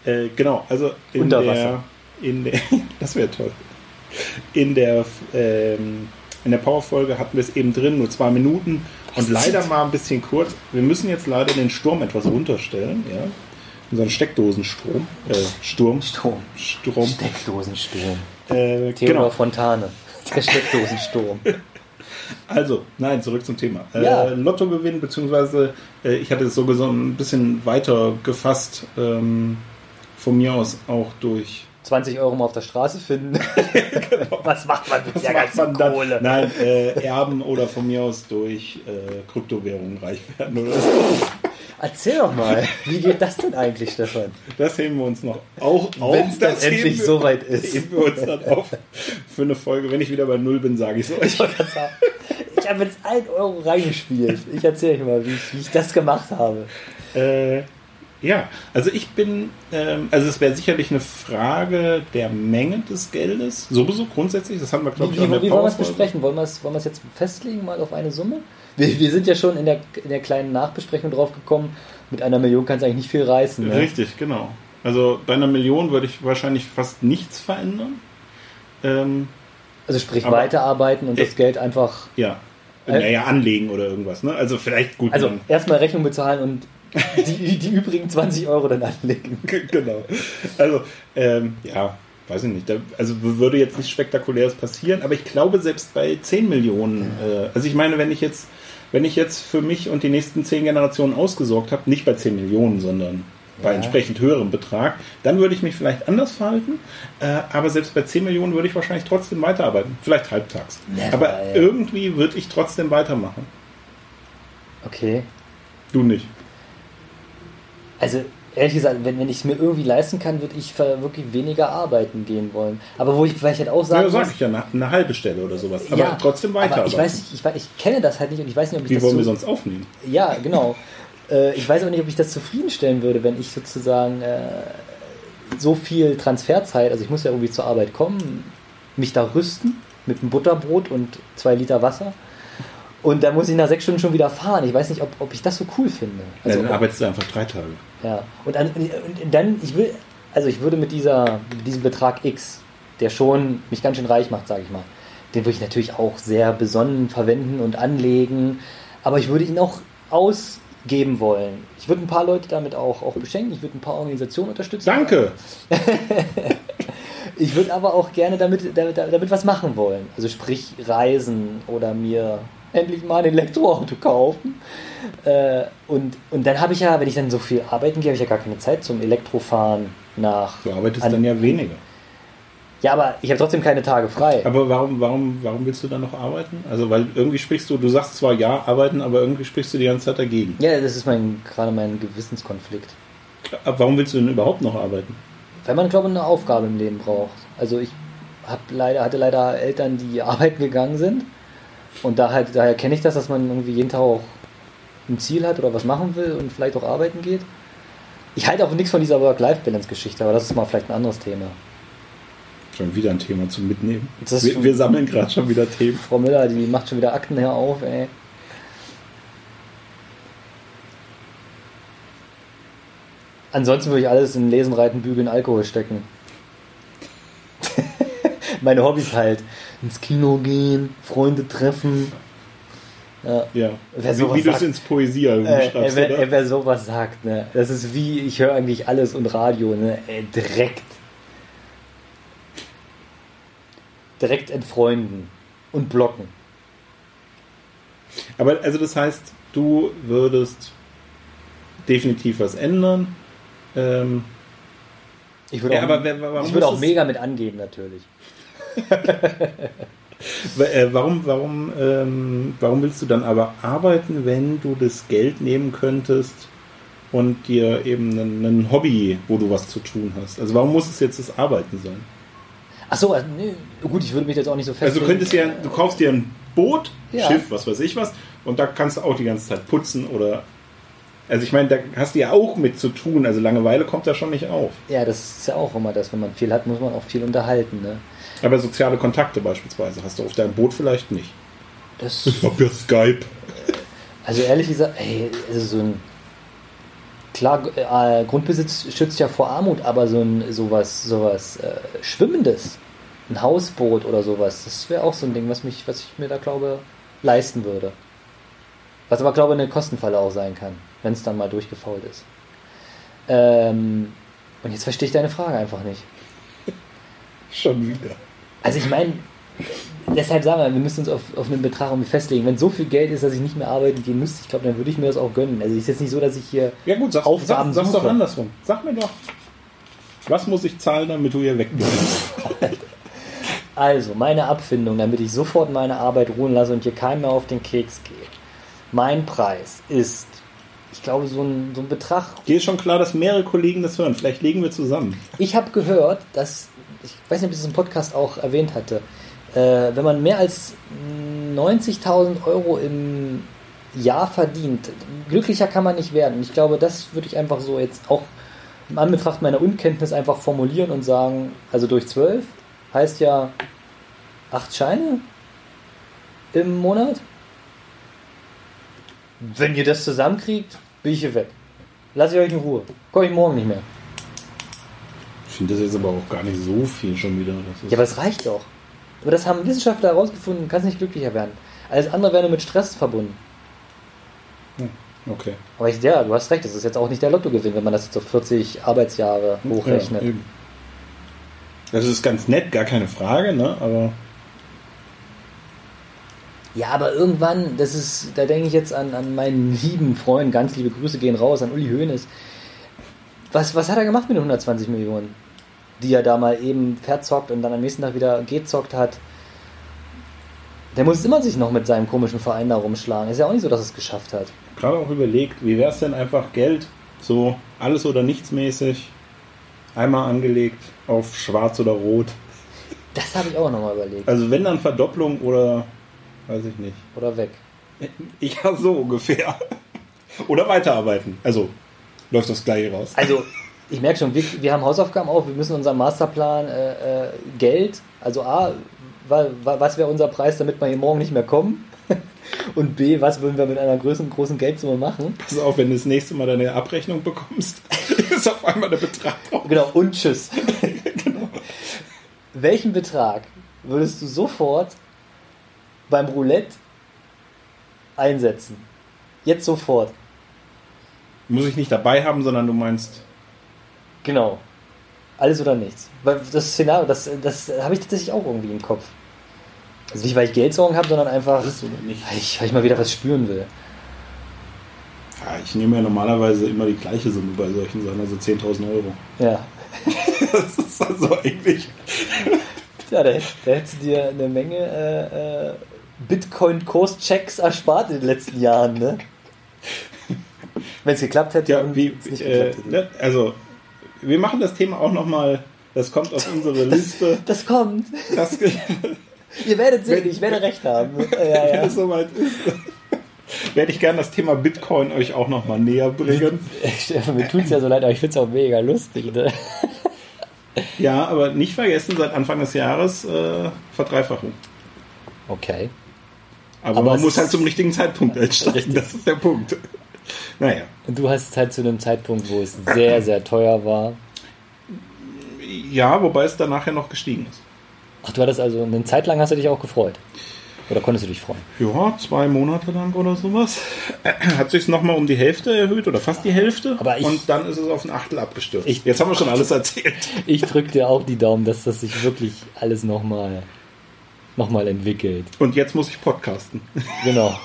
Speaker 3: Äh, genau, also in
Speaker 2: Unter
Speaker 3: der,
Speaker 2: Wasser.
Speaker 3: In der, das wäre toll. In der, ähm, in der Powerfolge hatten wir es eben drin, nur zwei Minuten und leider mal ein bisschen kurz. Wir müssen jetzt leider den Sturm etwas runterstellen, ja. Unseren Steckdosenstrom. Äh, Sturm.
Speaker 2: Sturm.
Speaker 3: Strom.
Speaker 2: Steckdosensturm. Theodor
Speaker 3: Äh, genau.
Speaker 2: Fontane. Der Steckdosensturm.
Speaker 3: Also, nein, zurück zum Thema.
Speaker 2: Ja.
Speaker 3: Äh, Lottogewinn, beziehungsweise äh, ich hatte es so ges- ein bisschen weiter gefasst, ähm, von mir aus auch durch
Speaker 2: 20 Euro mal auf der Straße finden. Genau. Was macht man mit
Speaker 3: Was
Speaker 2: der
Speaker 3: macht
Speaker 2: ganzen
Speaker 3: man dann?
Speaker 2: Kohle?
Speaker 3: Nein, äh, Erben oder von mir aus durch äh, Kryptowährungen reich werden oder so.
Speaker 2: Erzähl doch mal, wie geht das denn eigentlich, Stefan?
Speaker 3: Das heben wir uns noch auch auf.
Speaker 2: Wenn es dann
Speaker 3: das
Speaker 2: endlich
Speaker 3: heben wir,
Speaker 2: soweit ist.
Speaker 3: heben wir uns dann auf für eine Folge. Wenn ich wieder bei Null bin, sage ich es euch.
Speaker 2: Ich habe jetzt 1 Euro reingespielt. Ich erzähle euch mal, wie ich, wie ich das gemacht habe.
Speaker 3: Äh, ja, also ich bin, ähm, also es wäre sicherlich eine Frage der Menge des Geldes. Sowieso grundsätzlich, das haben wir glaube
Speaker 2: Wie,
Speaker 3: ich an der
Speaker 2: wie, wie wollen wir es
Speaker 3: Powerfolge.
Speaker 2: besprechen? Wollen wir es, wollen wir es jetzt festlegen, mal auf eine Summe? Wir, wir sind ja schon in der, in der kleinen Nachbesprechung drauf gekommen. Mit einer Million kannst du eigentlich nicht viel reißen. Ne?
Speaker 3: Richtig, genau. Also bei einer Million würde ich wahrscheinlich fast nichts verändern. Ähm,
Speaker 2: Also sprich
Speaker 3: Aber-
Speaker 2: weiterarbeiten und das Geld einfach.
Speaker 3: Ja.
Speaker 2: Äh,
Speaker 3: naja, anlegen oder irgendwas, ne? Also vielleicht gut.
Speaker 2: Also
Speaker 3: man-
Speaker 2: erstmal Rechnung bezahlen und die, die übrigen 20 Euro dann anlegen.
Speaker 3: genau. Also, ähm, ja, weiß ich nicht. Da, also würde jetzt nichts Spektakuläres passieren, aber ich glaube, selbst bei 10 Millionen, äh, also ich meine, wenn ich jetzt, wenn ich jetzt für mich und die nächsten 10 Generationen ausgesorgt habe, nicht bei 10 Millionen, sondern bei
Speaker 2: Ja.
Speaker 3: entsprechend höherem Betrag, dann würde ich mich vielleicht anders verhalten, äh, aber selbst bei 10 Millionen würde ich wahrscheinlich trotzdem weiterarbeiten. Vielleicht halbtags.
Speaker 2: Ja,
Speaker 3: aber
Speaker 2: weil-
Speaker 3: irgendwie würde ich trotzdem weitermachen.
Speaker 2: Okay.
Speaker 3: Du nicht.
Speaker 2: Also ehrlich gesagt, wenn, wenn ich es mir irgendwie leisten kann, würde ich ver- wirklich weniger arbeiten gehen wollen. Aber wo ich vielleicht halt auch
Speaker 3: Ja,
Speaker 2: sagen
Speaker 3: sag
Speaker 2: muss,
Speaker 3: ich ja, eine, eine halbe Stelle oder sowas. Aber
Speaker 2: ja,
Speaker 3: trotzdem
Speaker 2: Aber
Speaker 3: weiterarbeiten.
Speaker 2: ich weiß nicht, ich, weiß- ich kenne das halt nicht und ich weiß nicht, ob ich
Speaker 3: Wie
Speaker 2: das
Speaker 3: wollen
Speaker 2: so-
Speaker 3: wir sonst aufnehmen?
Speaker 2: Ja, genau. Äh, ich weiß auch nicht, ob ich das zufriedenstellen würde, wenn ich sozusagen äh, so viel Transferzeit, also ich muss ja irgendwie zur Arbeit kommen, mich da rüsten mit einem Butterbrot und zwei Liter Wasser. Und dann muss ich nach sechs Stunden schon wieder fahren. Ich weiß nicht, ob, ob ich das so cool finde.
Speaker 3: Also,
Speaker 2: Also,
Speaker 3: dann arbeitest du einfach drei Tage.
Speaker 2: ja. Und, an, und dann, ich will, also ich würde mit dieser, mit diesem Betrag X, der schon mich ganz schön reich macht, sage ich mal, den würde ich natürlich auch sehr besonnen verwenden und anlegen, aber ich würde ihn auch ausgeben wollen. Ich würde ein paar Leute damit auch, auch beschenken, ich würde ein paar Organisationen unterstützen.
Speaker 3: Danke!
Speaker 2: Ich würde aber auch gerne damit, damit, damit was machen wollen. Also sprich reisen oder mir endlich mal ein Elektroauto kaufen. Äh, und, und dann habe ich ja, wenn ich dann so viel arbeiten gehe, habe ich ja gar keine Zeit zum Elektrofahren nach.
Speaker 3: Du arbeitest
Speaker 2: an-
Speaker 3: dann ja weniger.
Speaker 2: Ja, aber ich habe trotzdem keine Tage frei.
Speaker 3: Aber warum, warum, warum willst du dann noch arbeiten? Also, weil irgendwie sprichst du, du sagst zwar ja, arbeiten, aber irgendwie sprichst du die ganze Zeit dagegen.
Speaker 2: Ja, das ist mein, gerade mein Gewissenskonflikt.
Speaker 3: Aber warum willst du denn überhaupt noch arbeiten?
Speaker 2: Wenn man, glaube ich, eine Aufgabe im Leben braucht. Also ich hab leider, hatte leider Eltern, die arbeiten gegangen sind. Und daher, daher kenne ich das, dass man irgendwie jeden Tag auch ein Ziel hat oder was machen will und vielleicht auch arbeiten geht. Ich halte auch nichts von dieser Work-Life-Balance-Geschichte, aber das ist mal vielleicht ein anderes Thema.
Speaker 3: Schon wieder ein Thema zum Mitnehmen.
Speaker 2: Das ist
Speaker 3: Wir,
Speaker 2: schon-
Speaker 3: wir sammeln gerade schon wieder Themen.
Speaker 2: Frau Müller, die macht schon wieder Akten her auf, ey. Ansonsten würde ich alles in Lesen, Reiten, Bügeln, Alkohol stecken. Meine Hobbys halt. Ins Kino gehen, Freunde treffen. Ja.
Speaker 3: Ja.
Speaker 2: Wer
Speaker 3: Wie,
Speaker 2: sowas
Speaker 3: wie du es
Speaker 2: sagt-
Speaker 3: ins Poesie
Speaker 2: Äh,
Speaker 3: schreibst,
Speaker 2: ey, wer,
Speaker 3: oder?
Speaker 2: ey, wer sowas sagt, ne? Das ist wie, ich höre eigentlich alles und Radio, ne? Ey, direkt. Direkt entfreunden und blocken.
Speaker 3: Aber also das heißt, du würdest definitiv was ändern. Ähm,
Speaker 2: Ich würde
Speaker 3: Ja,
Speaker 2: auch,
Speaker 3: aber wer- warum
Speaker 2: ich würde
Speaker 3: muss
Speaker 2: auch
Speaker 3: es-
Speaker 2: mega mit angeben, natürlich.
Speaker 3: W- äh, Warum, warum, ähm, warum willst du dann aber arbeiten, wenn du das Geld nehmen könntest und dir eben ein, ein Hobby, wo du was zu tun hast? Also warum muss es jetzt das Arbeiten sein?
Speaker 2: Achso, also, nee, gut, ich würde mich jetzt auch nicht so festlegen.
Speaker 3: Also du könntest ja, du kaufst dir ein Boot,
Speaker 2: Ja.
Speaker 3: Schiff, was weiß ich was, und da kannst du auch die ganze Zeit putzen oder. Also ich meine, da hast du ja auch mit zu tun. Also Langeweile kommt da schon nicht auf.
Speaker 2: Ja, das ist ja auch immer das, wenn man viel hat, muss man auch viel unterhalten, ne?
Speaker 3: Aber soziale Kontakte beispielsweise hast du auf deinem Boot vielleicht nicht.
Speaker 2: Das,
Speaker 3: Ich hab ja Skype.
Speaker 2: also ehrlich gesagt, ey, also so ein. Klar, äh, Grundbesitz schützt ja vor Armut, aber so ein sowas, sowas äh, Schwimmendes, ein Hausboot oder sowas, das wäre auch so ein Ding, was mich, was ich mir da glaube, leisten würde. Was aber glaube eine Kostenfalle auch sein kann, wenn es dann mal durchgefault ist. Ähm, und jetzt verstehe ich deine Frage einfach nicht.
Speaker 3: Schon wieder.
Speaker 2: Also ich meine, deshalb sagen wir, wir müssen uns auf, auf einen Betrag irgendwie festlegen. Wenn so viel Geld ist, dass ich nicht mehr arbeiten gehen müsste, ich glaube, dann würde ich mir das auch gönnen. Also es ist jetzt nicht so, dass ich hier...
Speaker 3: Ja gut, sag, sag,
Speaker 2: Aufgaben
Speaker 3: sag's doch
Speaker 2: suche.
Speaker 3: andersrum. Sag mir doch, was muss ich zahlen, damit du hier weg bist?
Speaker 2: Also, meine Abfindung, damit ich sofort meine Arbeit ruhen lasse und hier keinem mehr auf den Keks gehe. Mein Preis ist, ich glaube, so ein, so ein Betrag...
Speaker 3: Dir ist schon klar, dass mehrere Kollegen das hören. Vielleicht legen wir zusammen.
Speaker 2: Ich habe gehört, dass... Ich weiß nicht, ob ich das im Podcast auch erwähnt hatte. Äh, wenn man mehr als 90.000 Euro im Jahr verdient, glücklicher kann man nicht werden. Und ich glaube, das würde ich einfach so jetzt auch im Anbetracht meiner Unkenntnis einfach formulieren und sagen, also durch 12 heißt ja 8 Scheine im Monat. Wenn ihr das zusammenkriegt, bin ich hier weg. Lass ich euch in Ruhe. Komme ich morgen nicht mehr.
Speaker 3: Ich finde das jetzt aber auch gar nicht so viel schon wieder. Das ist
Speaker 2: Ja, aber es reicht doch. Aber das haben Wissenschaftler herausgefunden, du kannst nicht glücklicher werden. Alles andere wäre nur mit Stress verbunden.
Speaker 3: Okay.
Speaker 2: Aber ich, ja, du hast recht, das ist jetzt auch nicht der Lottogewinn, wenn man das jetzt auf 40 Arbeitsjahre hochrechnet.
Speaker 3: Ja, eben. das ist ganz nett, gar keine Frage, ne? aber
Speaker 2: Ja, aber irgendwann, das ist, da denke ich jetzt an, an meinen lieben Freund, ganz liebe Grüße gehen raus, an Uli Hoeneß. Was, was hat er gemacht mit den 120 Millionen, die er da mal eben verzockt und dann am nächsten Tag wieder gezockt hat? Der muss immer sich noch mit seinem komischen Verein da rumschlagen. Ist ja auch nicht so, dass er es geschafft hat.
Speaker 3: gerade auch überlegt, wie wäre es denn einfach Geld, so alles oder nichts mäßig, einmal angelegt auf schwarz oder rot.
Speaker 2: Das habe ich auch nochmal überlegt.
Speaker 3: Also wenn dann Verdopplung oder weiß ich nicht.
Speaker 2: Oder weg.
Speaker 3: Ja, so ungefähr. Oder weiterarbeiten. Also läuft das gleiche raus.
Speaker 2: Also, ich merke schon, wir, wir haben Hausaufgaben auch, wir müssen unseren Masterplan äh, äh, Geld, also A, wa, wa, was wäre unser Preis, damit wir hier morgen nicht mehr kommen? Und B, was würden wir mit einer größeren, großen Geldsumme machen?
Speaker 3: Pass auf, wenn du das nächste Mal deine Abrechnung bekommst, ist auf einmal der Betrag drauf.
Speaker 2: Genau, und tschüss. Genau. Welchen Betrag würdest du sofort beim Roulette einsetzen? Jetzt sofort.
Speaker 3: Muss ich nicht dabei haben, sondern du meinst,
Speaker 2: Genau. Alles oder nichts. Weil das Szenario, das, das habe ich tatsächlich auch irgendwie im Kopf. Also nicht, weil ich Geldsorgen habe, sondern einfach,
Speaker 3: Alles oder nichts.
Speaker 2: weil, ich, weil ich mal wieder was spüren will.
Speaker 3: ja, ich nehme ja normalerweise immer die gleiche Summe bei solchen Sachen, also 10.000 Euro.
Speaker 2: Ja.
Speaker 3: Das ist also eigentlich.
Speaker 2: Ja, da, hätt- da hättest du dir eine Menge äh, äh, Bitcoin-Kurschecks erspart in den letzten Jahren, ne? Wenn es geklappt hätte
Speaker 3: Ja,
Speaker 2: und
Speaker 3: wie,
Speaker 2: es nicht
Speaker 3: äh,
Speaker 2: geklappt hätte.
Speaker 3: ne, also, wir machen das Thema auch nochmal, das kommt auf unsere Liste.
Speaker 2: Das kommt.
Speaker 3: Das,
Speaker 2: Ihr werdet sehen,
Speaker 3: Wenn-
Speaker 2: ich werde recht haben. Ja,
Speaker 3: Wenn
Speaker 2: ja.
Speaker 3: es soweit ist, werde ich gerne das Thema Bitcoin euch auch nochmal näher bringen.
Speaker 2: Stefan, mir tut es ja so leid, aber ich finde es auch mega lustig. Ne?
Speaker 3: Ja, aber nicht vergessen, seit Anfang des Jahres äh, Verdreifachung.
Speaker 2: Okay.
Speaker 3: Aber,
Speaker 2: Aber
Speaker 3: man
Speaker 2: es
Speaker 3: muss
Speaker 2: ist-
Speaker 3: halt zum richtigen Zeitpunkt einsteigen. Das ist der Punkt. Naja,
Speaker 2: Und du hast es halt zu einem Zeitpunkt, wo es sehr, sehr teuer war.
Speaker 3: ja, wobei es danach ja noch gestiegen ist.
Speaker 2: Ach, du hattest also eine Zeit lang hast du dich auch gefreut. Oder konntest du dich freuen?
Speaker 3: Ja, zwei Monate lang oder sowas. Hat sich nochmal um die Hälfte erhöht oder fast die Hälfte.
Speaker 2: Aber ich-
Speaker 3: und dann ist es auf ein Achtel abgestürzt.
Speaker 2: Ich-
Speaker 3: Jetzt haben wir schon alles erzählt.
Speaker 2: Ich drücke dir auch die Daumen, dass das sich wirklich alles nochmal noch mal entwickelt.
Speaker 3: Und jetzt muss ich podcasten.
Speaker 2: Genau.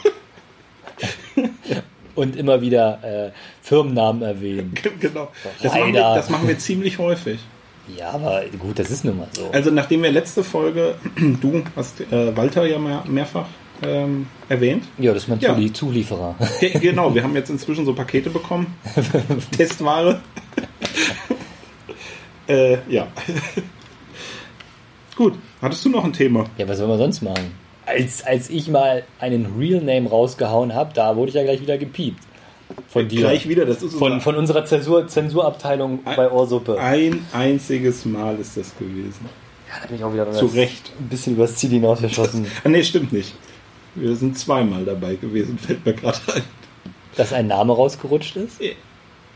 Speaker 2: Und immer wieder äh, Firmennamen erwähnen.
Speaker 3: genau. Das machen, wir,
Speaker 2: Leider.
Speaker 3: das machen wir ziemlich häufig.
Speaker 2: Ja, aber gut, das ist nun mal so.
Speaker 3: Also nachdem wir letzte Folge, du hast äh, Walter ja mehr, mehrfach ähm, erwähnt.
Speaker 2: Ja, das ist mein
Speaker 3: Ja.
Speaker 2: Zuli- Zulieferer.
Speaker 3: Ge- genau, wir haben jetzt inzwischen so Pakete bekommen. Testware. äh, ja. Gut, hattest du noch ein Thema?
Speaker 2: Ja, was soll man sonst machen? Als, als ich mal einen Real Name rausgehauen habe, da wurde ich ja gleich wieder gepiept. Von dir.
Speaker 3: Gleich wieder, das ist
Speaker 2: von,
Speaker 3: unser-
Speaker 2: von unserer Zensur, Zensurabteilung bei Ohrsuppe.
Speaker 3: ein einziges Mal ist das gewesen.
Speaker 2: Hat mich auch wieder
Speaker 3: Zu Recht.
Speaker 2: ein bisschen übers Ziel hinausgeschossen.
Speaker 3: Ah, nee, stimmt nicht. Wir sind zweimal dabei gewesen, fällt mir gerade ein.
Speaker 2: Dass ein Name rausgerutscht ist?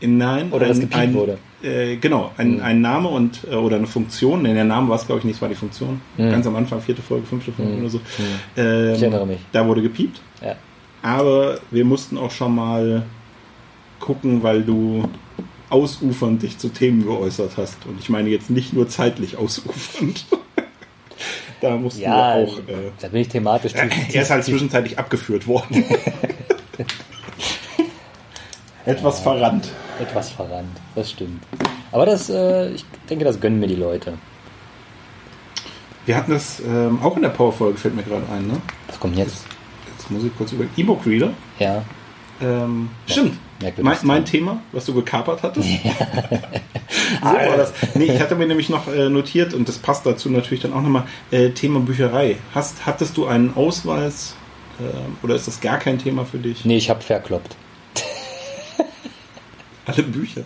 Speaker 3: Nein,
Speaker 2: Oder
Speaker 3: ein,
Speaker 2: das gepiept
Speaker 3: ein,
Speaker 2: wurde. Hm.
Speaker 3: Äh, genau, ein, ein Name und äh, oder eine Funktion. In der Name war es, glaube ich, nicht, es war die Funktion.
Speaker 2: Mhm.
Speaker 3: Ganz am Anfang, vierte Folge, fünfte Folge
Speaker 2: Mhm.
Speaker 3: oder so.
Speaker 2: Mhm.
Speaker 3: Ähm,
Speaker 2: Ich erinnere mich.
Speaker 3: Da wurde gepiept.
Speaker 2: Ja.
Speaker 3: Aber wir mussten auch schon mal gucken, weil du ausufernd dich zu Themen geäußert hast. Und ich meine jetzt nicht nur zeitlich ausufernd. da mussten
Speaker 2: Ja, also
Speaker 3: wir auch. Äh,
Speaker 2: da bin ich thematisch tief,
Speaker 3: er ist
Speaker 2: tief,
Speaker 3: halt zwischenzeitlich abgeführt worden. Etwas verrannt.
Speaker 2: etwas verrannt. Das stimmt. Aber das, äh, ich denke, das gönnen mir die Leute.
Speaker 3: Wir hatten das ähm, auch in der Powerfolge, fällt mir gerade ein, ne?
Speaker 2: Was kommt jetzt?
Speaker 3: Jetzt muss ich kurz über E-Book Reader.
Speaker 2: Ja.
Speaker 3: Ähm, stimmt.
Speaker 2: merkwürdig.
Speaker 3: Mein, mein Thema, was du gekapert hattest. ah, war das. Nee, ich hatte mir nämlich noch äh, notiert und das passt dazu natürlich dann auch nochmal. Äh, Thema Bücherei. Hast, hattest du einen Ausweis ähm, oder ist das gar kein Thema für dich?
Speaker 2: Nee, ich habe verkloppt.
Speaker 3: Alle Bücher.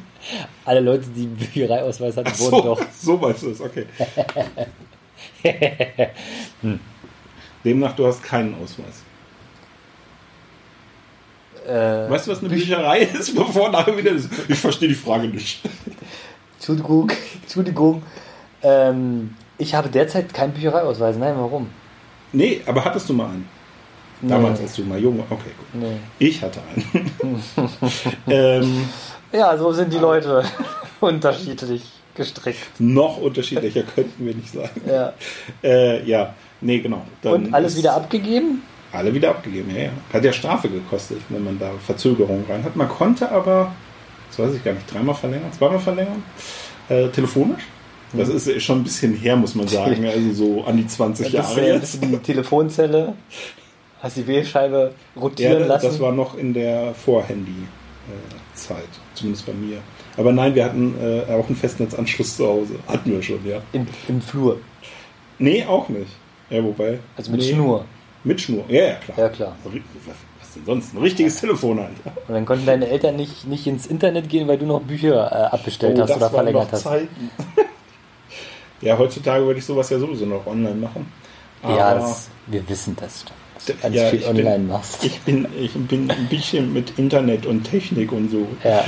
Speaker 2: Alle Leute, die einen Büchereiausweis hatten, wurden
Speaker 3: So,
Speaker 2: doch.
Speaker 3: so weißt du es, okay.
Speaker 2: Hm.
Speaker 3: Demnach, du hast keinen Ausweis.
Speaker 2: Äh,
Speaker 3: Weißt du, was eine Bücherei ist, bevor nachher wieder das. Ich verstehe die Frage nicht.
Speaker 2: Entschuldigung, Entschuldigung. Ähm, ich habe derzeit keinen Büchereiausweis. Nein, warum?
Speaker 3: Nee, aber hattest du mal einen? Damals,
Speaker 2: Nee.
Speaker 3: als du mal jung warst. Okay, gut.
Speaker 2: Nee.
Speaker 3: Ich hatte einen. ähm,
Speaker 2: Ja, so sind die Leute unterschiedlich gestrickt.
Speaker 3: noch unterschiedlicher könnten wir nicht sein.
Speaker 2: Ja.
Speaker 3: Äh, ja, nee, genau. Dann
Speaker 2: Und alles
Speaker 3: ist-
Speaker 2: wieder abgegeben?
Speaker 3: Alle wieder abgegeben, ja, ja. Hat ja Strafe gekostet, wenn man da Verzögerung rein hat. Man konnte aber, das weiß ich gar nicht, dreimal verlängern, zweimal verlängern, äh, telefonisch. Das
Speaker 2: Mhm.
Speaker 3: ist schon ein bisschen her, muss man sagen. Also so an die 20
Speaker 2: Bist du
Speaker 3: Jahre
Speaker 2: jetzt
Speaker 3: jetzt.
Speaker 2: in die Telefonzelle, hast die Wählscheibe
Speaker 3: Ja,
Speaker 2: rotieren
Speaker 3: das
Speaker 2: lassen.
Speaker 3: das war noch in der Vor-Handy-Zeit, zumindest bei mir. Aber nein, wir hatten äh, auch einen Festnetzanschluss zu Hause. Hatten wir schon, ja.
Speaker 2: Im, Im Flur,
Speaker 3: Nee, auch nicht. Ja, wobei.
Speaker 2: also mit
Speaker 3: nee.
Speaker 2: Schnur.
Speaker 3: Mit Schnur, ja, ja, klar.
Speaker 2: Ja, klar.
Speaker 3: Was, was denn sonst? Ein richtiges Telefon halt.
Speaker 2: Und dann konnten deine Eltern nicht, nicht ins Internet gehen, weil du noch Bücher äh,
Speaker 3: Oh,
Speaker 2: abbestellt hast oder verlängert hast.
Speaker 3: Zeiten. ja, heutzutage würde ich sowas ja sowieso noch online machen.
Speaker 2: Ja,
Speaker 3: Aber
Speaker 2: das, wir wissen das. Stefan, Dass du ganz
Speaker 3: D- Ah. ja,
Speaker 2: viel
Speaker 3: ich bin-
Speaker 2: online machst.
Speaker 3: ich, bin, ich bin ein bisschen mit Internet und Technik und so.
Speaker 2: ja.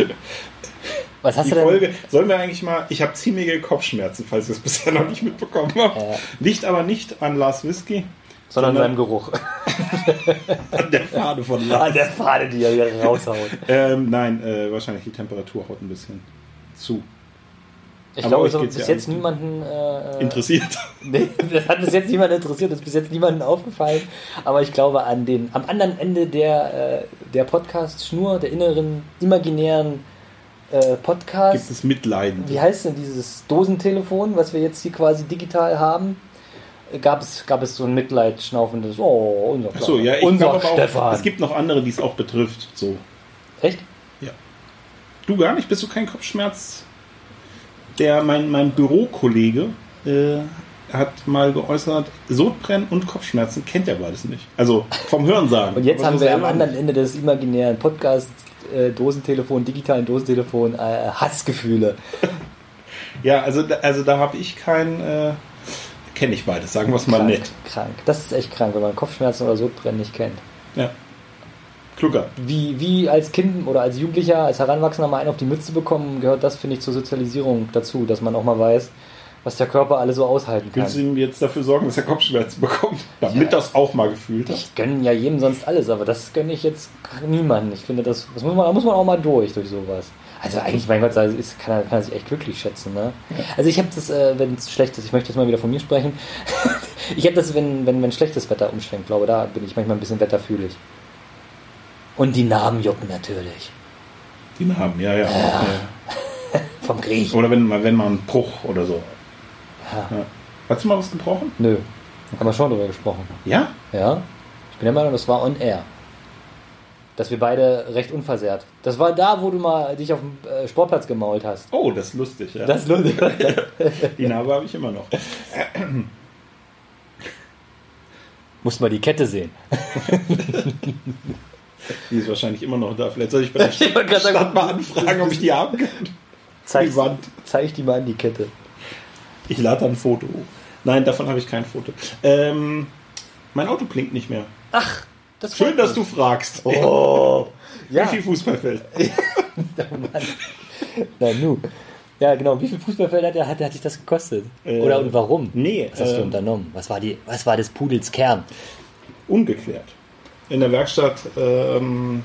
Speaker 2: Was hast
Speaker 3: Die
Speaker 2: du denn?
Speaker 3: Folge, sollen wir eigentlich mal, ich habe ziemliche Kopfschmerzen, falls ihr es bisher noch nicht mitbekommen habt.
Speaker 2: Ja.
Speaker 3: Liegt aber nicht an Lars Whisky,
Speaker 2: Sondern seinem
Speaker 3: sondern-
Speaker 2: Geruch.
Speaker 3: an der Fahne von
Speaker 2: An
Speaker 3: Lars.
Speaker 2: der Fahne, die er hier raushaut.
Speaker 3: Ähm, nein, äh, wahrscheinlich die Temperatur haut ein bisschen zu.
Speaker 2: Ich
Speaker 3: Aber
Speaker 2: glaube,
Speaker 3: euch
Speaker 2: es hat
Speaker 3: geht's
Speaker 2: bis
Speaker 3: ja
Speaker 2: jetzt
Speaker 3: nicht.
Speaker 2: niemanden. Äh, äh,
Speaker 3: Interessiert.
Speaker 2: Nee, das hat bis jetzt niemanden interessiert, das ist bis jetzt niemanden aufgefallen. Aber ich glaube, an den, am anderen Ende der, äh, der Podcast-Schnur, der inneren, imaginären äh,
Speaker 3: Gibt
Speaker 2: Podcast.
Speaker 3: es Mitleiden?
Speaker 2: Wie heißt denn dieses Dosentelefon, was wir jetzt hier quasi digital haben? Äh, Gab es, gab es so ein mitleidschnaufendes, oh, unser,
Speaker 3: Ach so, ja, ich
Speaker 2: unser
Speaker 3: glaub aber
Speaker 2: Stefan.
Speaker 3: Auch, es gibt noch andere, die es auch betrifft. So.
Speaker 2: Echt?
Speaker 3: Du gar nicht? Bist du kein Kopfschmerz? Der, mein, mein Bürokollege äh, hat mal geäußert, Sodbrennen und Kopfschmerzen kennt er beides nicht. Also vom Hörensagen.
Speaker 2: Und jetzt
Speaker 3: Aber
Speaker 2: haben
Speaker 3: so
Speaker 2: wir am
Speaker 3: selber
Speaker 2: anderen
Speaker 3: nicht.
Speaker 2: Ende des imaginären Podcast äh, Dosentelefon, digitalen Dosentelefon, äh, Hassgefühle.
Speaker 3: Ja, also, da- also da habe ich kein... Äh, Kenne ich beides, sagen wir es mal
Speaker 2: krank,
Speaker 3: nett.
Speaker 2: krank. Das ist echt krank, wenn man Kopfschmerzen oder Sodbrennen nicht kennt.
Speaker 3: Ja. Kluger.
Speaker 2: Wie, wie als Kind oder als Jugendlicher, als Heranwachsender mal einen auf die Mütze bekommen, gehört das, finde ich, zur Sozialisierung dazu, dass man auch mal weiß, was der Körper alles so aushalten kann.
Speaker 3: Willst du ihm jetzt dafür sorgen, dass er Kopfschmerzen bekommt? Damit das auch mal gefühlt hat.
Speaker 2: Ich gönne ja jedem sonst alles, aber das gönne ich jetzt niemandem. Ich finde, das, das muss man, da muss man auch mal durch, durch sowas. Also eigentlich, mein Gott, also ist, kann, er, kann er sich echt glücklich schätzen. Ne? Also ich habe das, äh, wenn es schlecht ist, ich möchte jetzt mal wieder von mir sprechen. ich habe das, wenn, wenn, wenn schlechtes Wetter umschwenkt, glaube da bin ich manchmal ein bisschen wetterfühlig. Und die Namen jucken natürlich.
Speaker 3: Die Namen, ja, ja. ja.
Speaker 2: Vom Griechen.
Speaker 3: Oder wenn, mal- wenn mal ein Bruch oder so.
Speaker 2: Ja.
Speaker 3: Ja. Hast du mal was gebrochen?
Speaker 2: Nö, haben wir schon drüber gesprochen.
Speaker 3: Ja?
Speaker 2: Ja, ich bin der Meinung, das war on air. Dass wir beide recht unversehrt. Das war da, wo du mal dich auf dem äh, Sportplatz gemault hast.
Speaker 3: Oh, das ist lustig, ja.
Speaker 2: Das lohnt
Speaker 3: die Narbe habe ich immer noch.
Speaker 2: Muss mal die Kette sehen.
Speaker 3: Die ist wahrscheinlich immer noch da. Vielleicht soll ich bei der
Speaker 2: Ich wollte gerade
Speaker 3: Stadt
Speaker 2: sagen,
Speaker 3: mal anfragen, ob ich die haben kann.
Speaker 2: Zeig,
Speaker 3: Die Wand.
Speaker 2: zeig die mal an die Kette.
Speaker 3: Ich lade ein Foto hoch. Nein, davon habe ich kein Foto. Ähm, mein Auto blinkt nicht mehr.
Speaker 2: Ach, das
Speaker 3: Schön,
Speaker 2: freut
Speaker 3: dass du
Speaker 2: mich.
Speaker 3: fragst.
Speaker 2: Oh, ja.
Speaker 3: Wie viel Fußballfeld?
Speaker 2: Na, nu. Ja, genau. Wie viel Fußballfelder hat, er- hat, hat dich das gekostet?
Speaker 3: Äh,
Speaker 2: Oder und warum?
Speaker 3: nee,
Speaker 2: Was hast du
Speaker 3: äh,
Speaker 2: unternommen? Was war, die, was war des Pudels Kern?
Speaker 3: Ungeklärt. In der Werkstatt, ähm,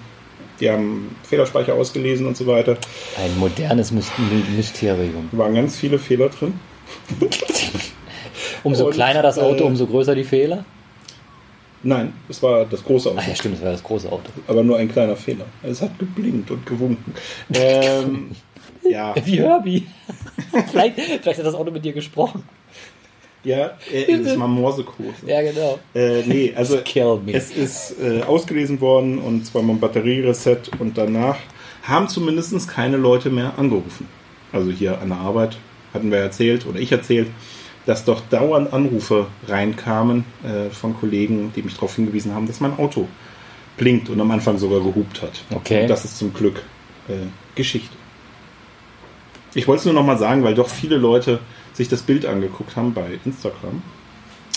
Speaker 3: die haben Fehlerspeicher ausgelesen und so weiter.
Speaker 2: Ein modernes Mys My- Mysterium.
Speaker 3: Da waren ganz viele Fehler drin.
Speaker 2: Umso
Speaker 3: Und,
Speaker 2: kleiner das Auto,
Speaker 3: äh,
Speaker 2: umso größer die Fehler?
Speaker 3: Nein, es war das große Auto.
Speaker 2: Ach ja, stimmt, das war das große Auto.
Speaker 3: aber nur ein kleiner Fehler. Es hat geblinkt und gewunken. Ähm, ja,
Speaker 2: Wie Herbie. vielleicht, vielleicht hat das Auto mit dir gesprochen.
Speaker 3: ja, äh, das war Morsecode.
Speaker 2: Ja, genau.
Speaker 3: Äh, nee, also
Speaker 2: Kill me.
Speaker 3: es ist äh, ausgelesen worden und zwar mal ein Batteriereset und danach haben zumindest keine Leute mehr angerufen. Also hier an der Arbeit hatten wir erzählt oder ich erzählt, dass doch dauernd Anrufe reinkamen äh, von Kollegen, die mich darauf hingewiesen haben, dass mein Auto blinkt und am Anfang sogar gehupt hat.
Speaker 2: Okay.
Speaker 3: Und das ist zum Glück äh, Geschichte. Ich wollte es nur nochmal sagen, weil doch viele Leute sich das Bild angeguckt haben bei Instagram.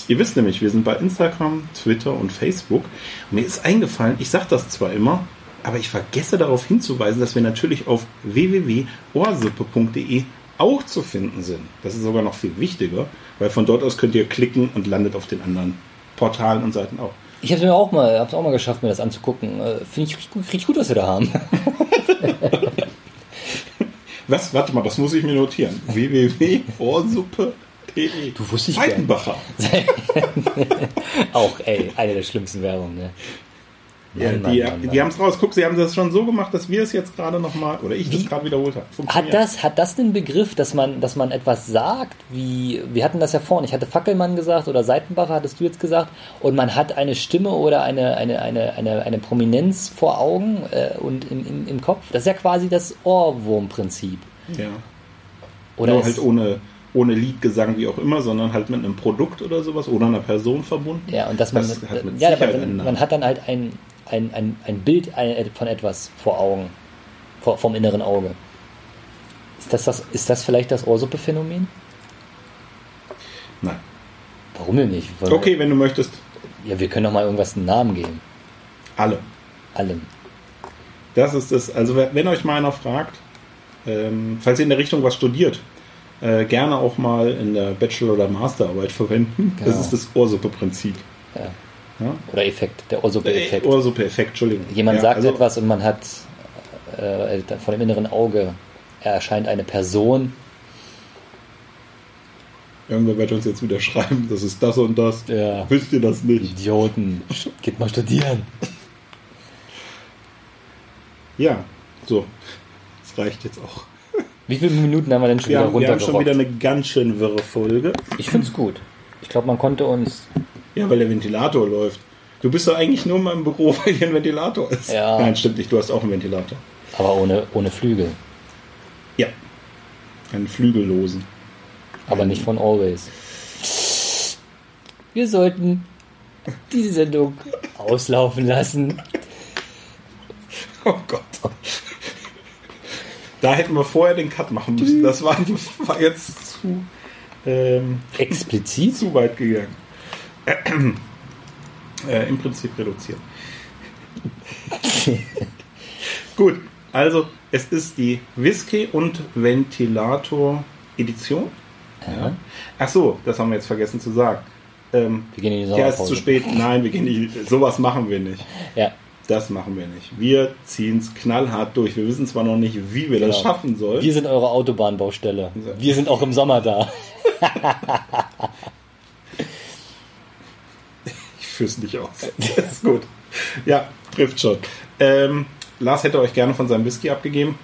Speaker 3: Ihr wisst nämlich, wir sind bei Instagram, Twitter und Facebook. Und mir ist eingefallen, ich sage das zwar immer, aber ich vergesse darauf hinzuweisen, dass wir natürlich auf www.ohrsuppe.de auch zu finden sind. Das ist sogar noch viel wichtiger, weil von dort aus könnt ihr klicken und landet auf den anderen Portalen und Seiten auch.
Speaker 2: Ich habe mir auch mal, hab's auch mal geschafft, mir das anzugucken. Äh, Finde ich richtig gut, richtig gut, was wir da haben.
Speaker 3: Was? Warte mal, das muss ich mir notieren. www.ohrsuppe.de
Speaker 2: Du wusstest ja.
Speaker 3: E. Seitenbacher.
Speaker 2: auch, ey, eine der schlimmsten Werbungen, ne?
Speaker 3: Ja,
Speaker 2: Mann,
Speaker 3: die
Speaker 2: Mann, Mann,
Speaker 3: die
Speaker 2: Mann.
Speaker 3: haben es raus. Guck, sie haben das schon so gemacht, dass wir es jetzt gerade nochmal, oder ich das
Speaker 2: Wie?
Speaker 3: gerade wiederholt habe.
Speaker 2: Hat
Speaker 3: Funktioniert.
Speaker 2: das, hat das den Begriff, dass man, dass man etwas sagt, wie, wir hatten das ja vorhin, ich hatte Fackelmann gesagt oder Seitenbacher hattest du jetzt gesagt, und man hat eine Stimme oder eine, eine, eine, eine, eine Prominenz vor Augen äh, und im, im, im Kopf. Das ist ja quasi das Ohrwurmprinzip.
Speaker 3: Ja.
Speaker 2: Oder
Speaker 3: Nur
Speaker 2: ist,
Speaker 3: halt ohne, ohne Liedgesang, wie auch immer, sondern halt mit einem Produkt oder sowas oder einer Person verbunden.
Speaker 2: ja, und dass man,
Speaker 3: Das hat mit
Speaker 2: ja, aber
Speaker 3: Sicherheit
Speaker 2: dann,
Speaker 3: einen
Speaker 2: man hat dann halt ein, ein, ein, ein Bild ein- äh, von etwas vor Augen, vor, vom inneren Auge. Ist das, das, ist das vielleicht das Ohrsuppe-Phänomen?
Speaker 3: Nein.
Speaker 2: Warum denn nicht? Weil-
Speaker 3: Okay, wenn du möchtest,
Speaker 2: Ja, wir können doch mal irgendwas einen Namen geben.
Speaker 3: alle.
Speaker 2: Allem.
Speaker 3: Das ist es. Also wenn wenn euch mal einer fragt, ähm, falls ihr in der Richtung was studiert, äh, gerne auch mal in der Bachelor- oder Masterarbeit verwenden.
Speaker 2: Genau.
Speaker 3: Das ist das Ohrsuppe-Prinzip.
Speaker 2: Ja.
Speaker 3: Ja?
Speaker 2: Oder Effekt, der Ohrsuppe-Effekt.
Speaker 3: Äh, Ohrsuppe-Effekt, Entschuldigung.
Speaker 2: Jemand
Speaker 3: Ja,
Speaker 2: sagt
Speaker 3: also,
Speaker 2: etwas und man hat äh, von dem inneren Auge erscheint eine Person.
Speaker 3: Irgendwer wird uns jetzt wieder schreiben, das ist das und das.
Speaker 2: Ja.
Speaker 3: Wisst ihr das nicht?
Speaker 2: Idioten, geht mal studieren.
Speaker 3: Ja, so. Das reicht jetzt auch.
Speaker 2: Wie viele Minuten haben wir denn schon
Speaker 3: Wir
Speaker 2: wieder
Speaker 3: haben, wir haben schon wieder
Speaker 2: runtergerockt?
Speaker 3: eine ganz schön wirre Folge.
Speaker 2: Ich find's gut. Ich glaube, man konnte uns.
Speaker 3: Ja, weil der Ventilator läuft. Du bist doch eigentlich nur mal im Büro, weil hier ein Ventilator ist.
Speaker 2: Ja.
Speaker 3: Nein, stimmt nicht. Du hast auch einen Ventilator.
Speaker 2: Aber ohne, ohne Flügel.
Speaker 3: Ja. Einen flügellosen.
Speaker 2: Aber nicht von Always. Wir sollten diese Sendung auslaufen lassen.
Speaker 3: Oh Gott. Da hätten wir vorher den Cut machen müssen. Das war, war jetzt zu, ähm,
Speaker 2: Explizit?
Speaker 3: zu weit gegangen. Äh, Im Prinzip reduziert. Gut, also es ist die Whisky und Ventilator Edition.
Speaker 2: Ja.
Speaker 3: Ach so, das haben wir jetzt vergessen zu sagen. Ähm,
Speaker 2: Wir gehen in die
Speaker 3: ja, es ist zu
Speaker 2: Sommerpause.
Speaker 3: spät. Nein, wir gehen nicht. Sowas machen wir nicht.
Speaker 2: Ja.
Speaker 3: Das machen wir nicht. Wir ziehen es knallhart durch. Wir wissen zwar noch nicht, wie wir das
Speaker 2: Genau.
Speaker 3: schaffen sollen.
Speaker 2: Wir sind eure Autobahnbaustelle. Wir sind auch im Sommer da.
Speaker 3: ich führ's nicht aus. ist gut. Ja, trifft schon. Ähm, Lars hätte euch gerne von seinem Whisky abgegeben,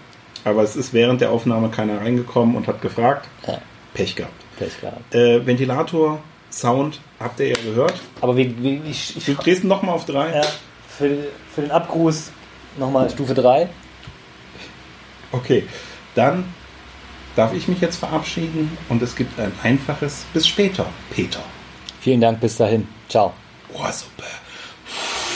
Speaker 3: aber es ist während der Aufnahme keiner reingekommen und hat gefragt.
Speaker 2: Ja.
Speaker 3: Pech gehabt.
Speaker 2: Pech gehabt.
Speaker 3: Äh, Ventilator, Sound, habt ihr ja gehört.
Speaker 2: Aber wir, wir, ich, ich,
Speaker 3: Du drehst nochmal auf drei.
Speaker 2: ja, für, für den Abgruß nochmal Stufe 3.
Speaker 3: Okay, dann darf ich mich jetzt verabschieden und es gibt ein einfaches Bis später, Peter.
Speaker 2: Vielen Dank, bis dahin. Ciao.
Speaker 3: Oh, super.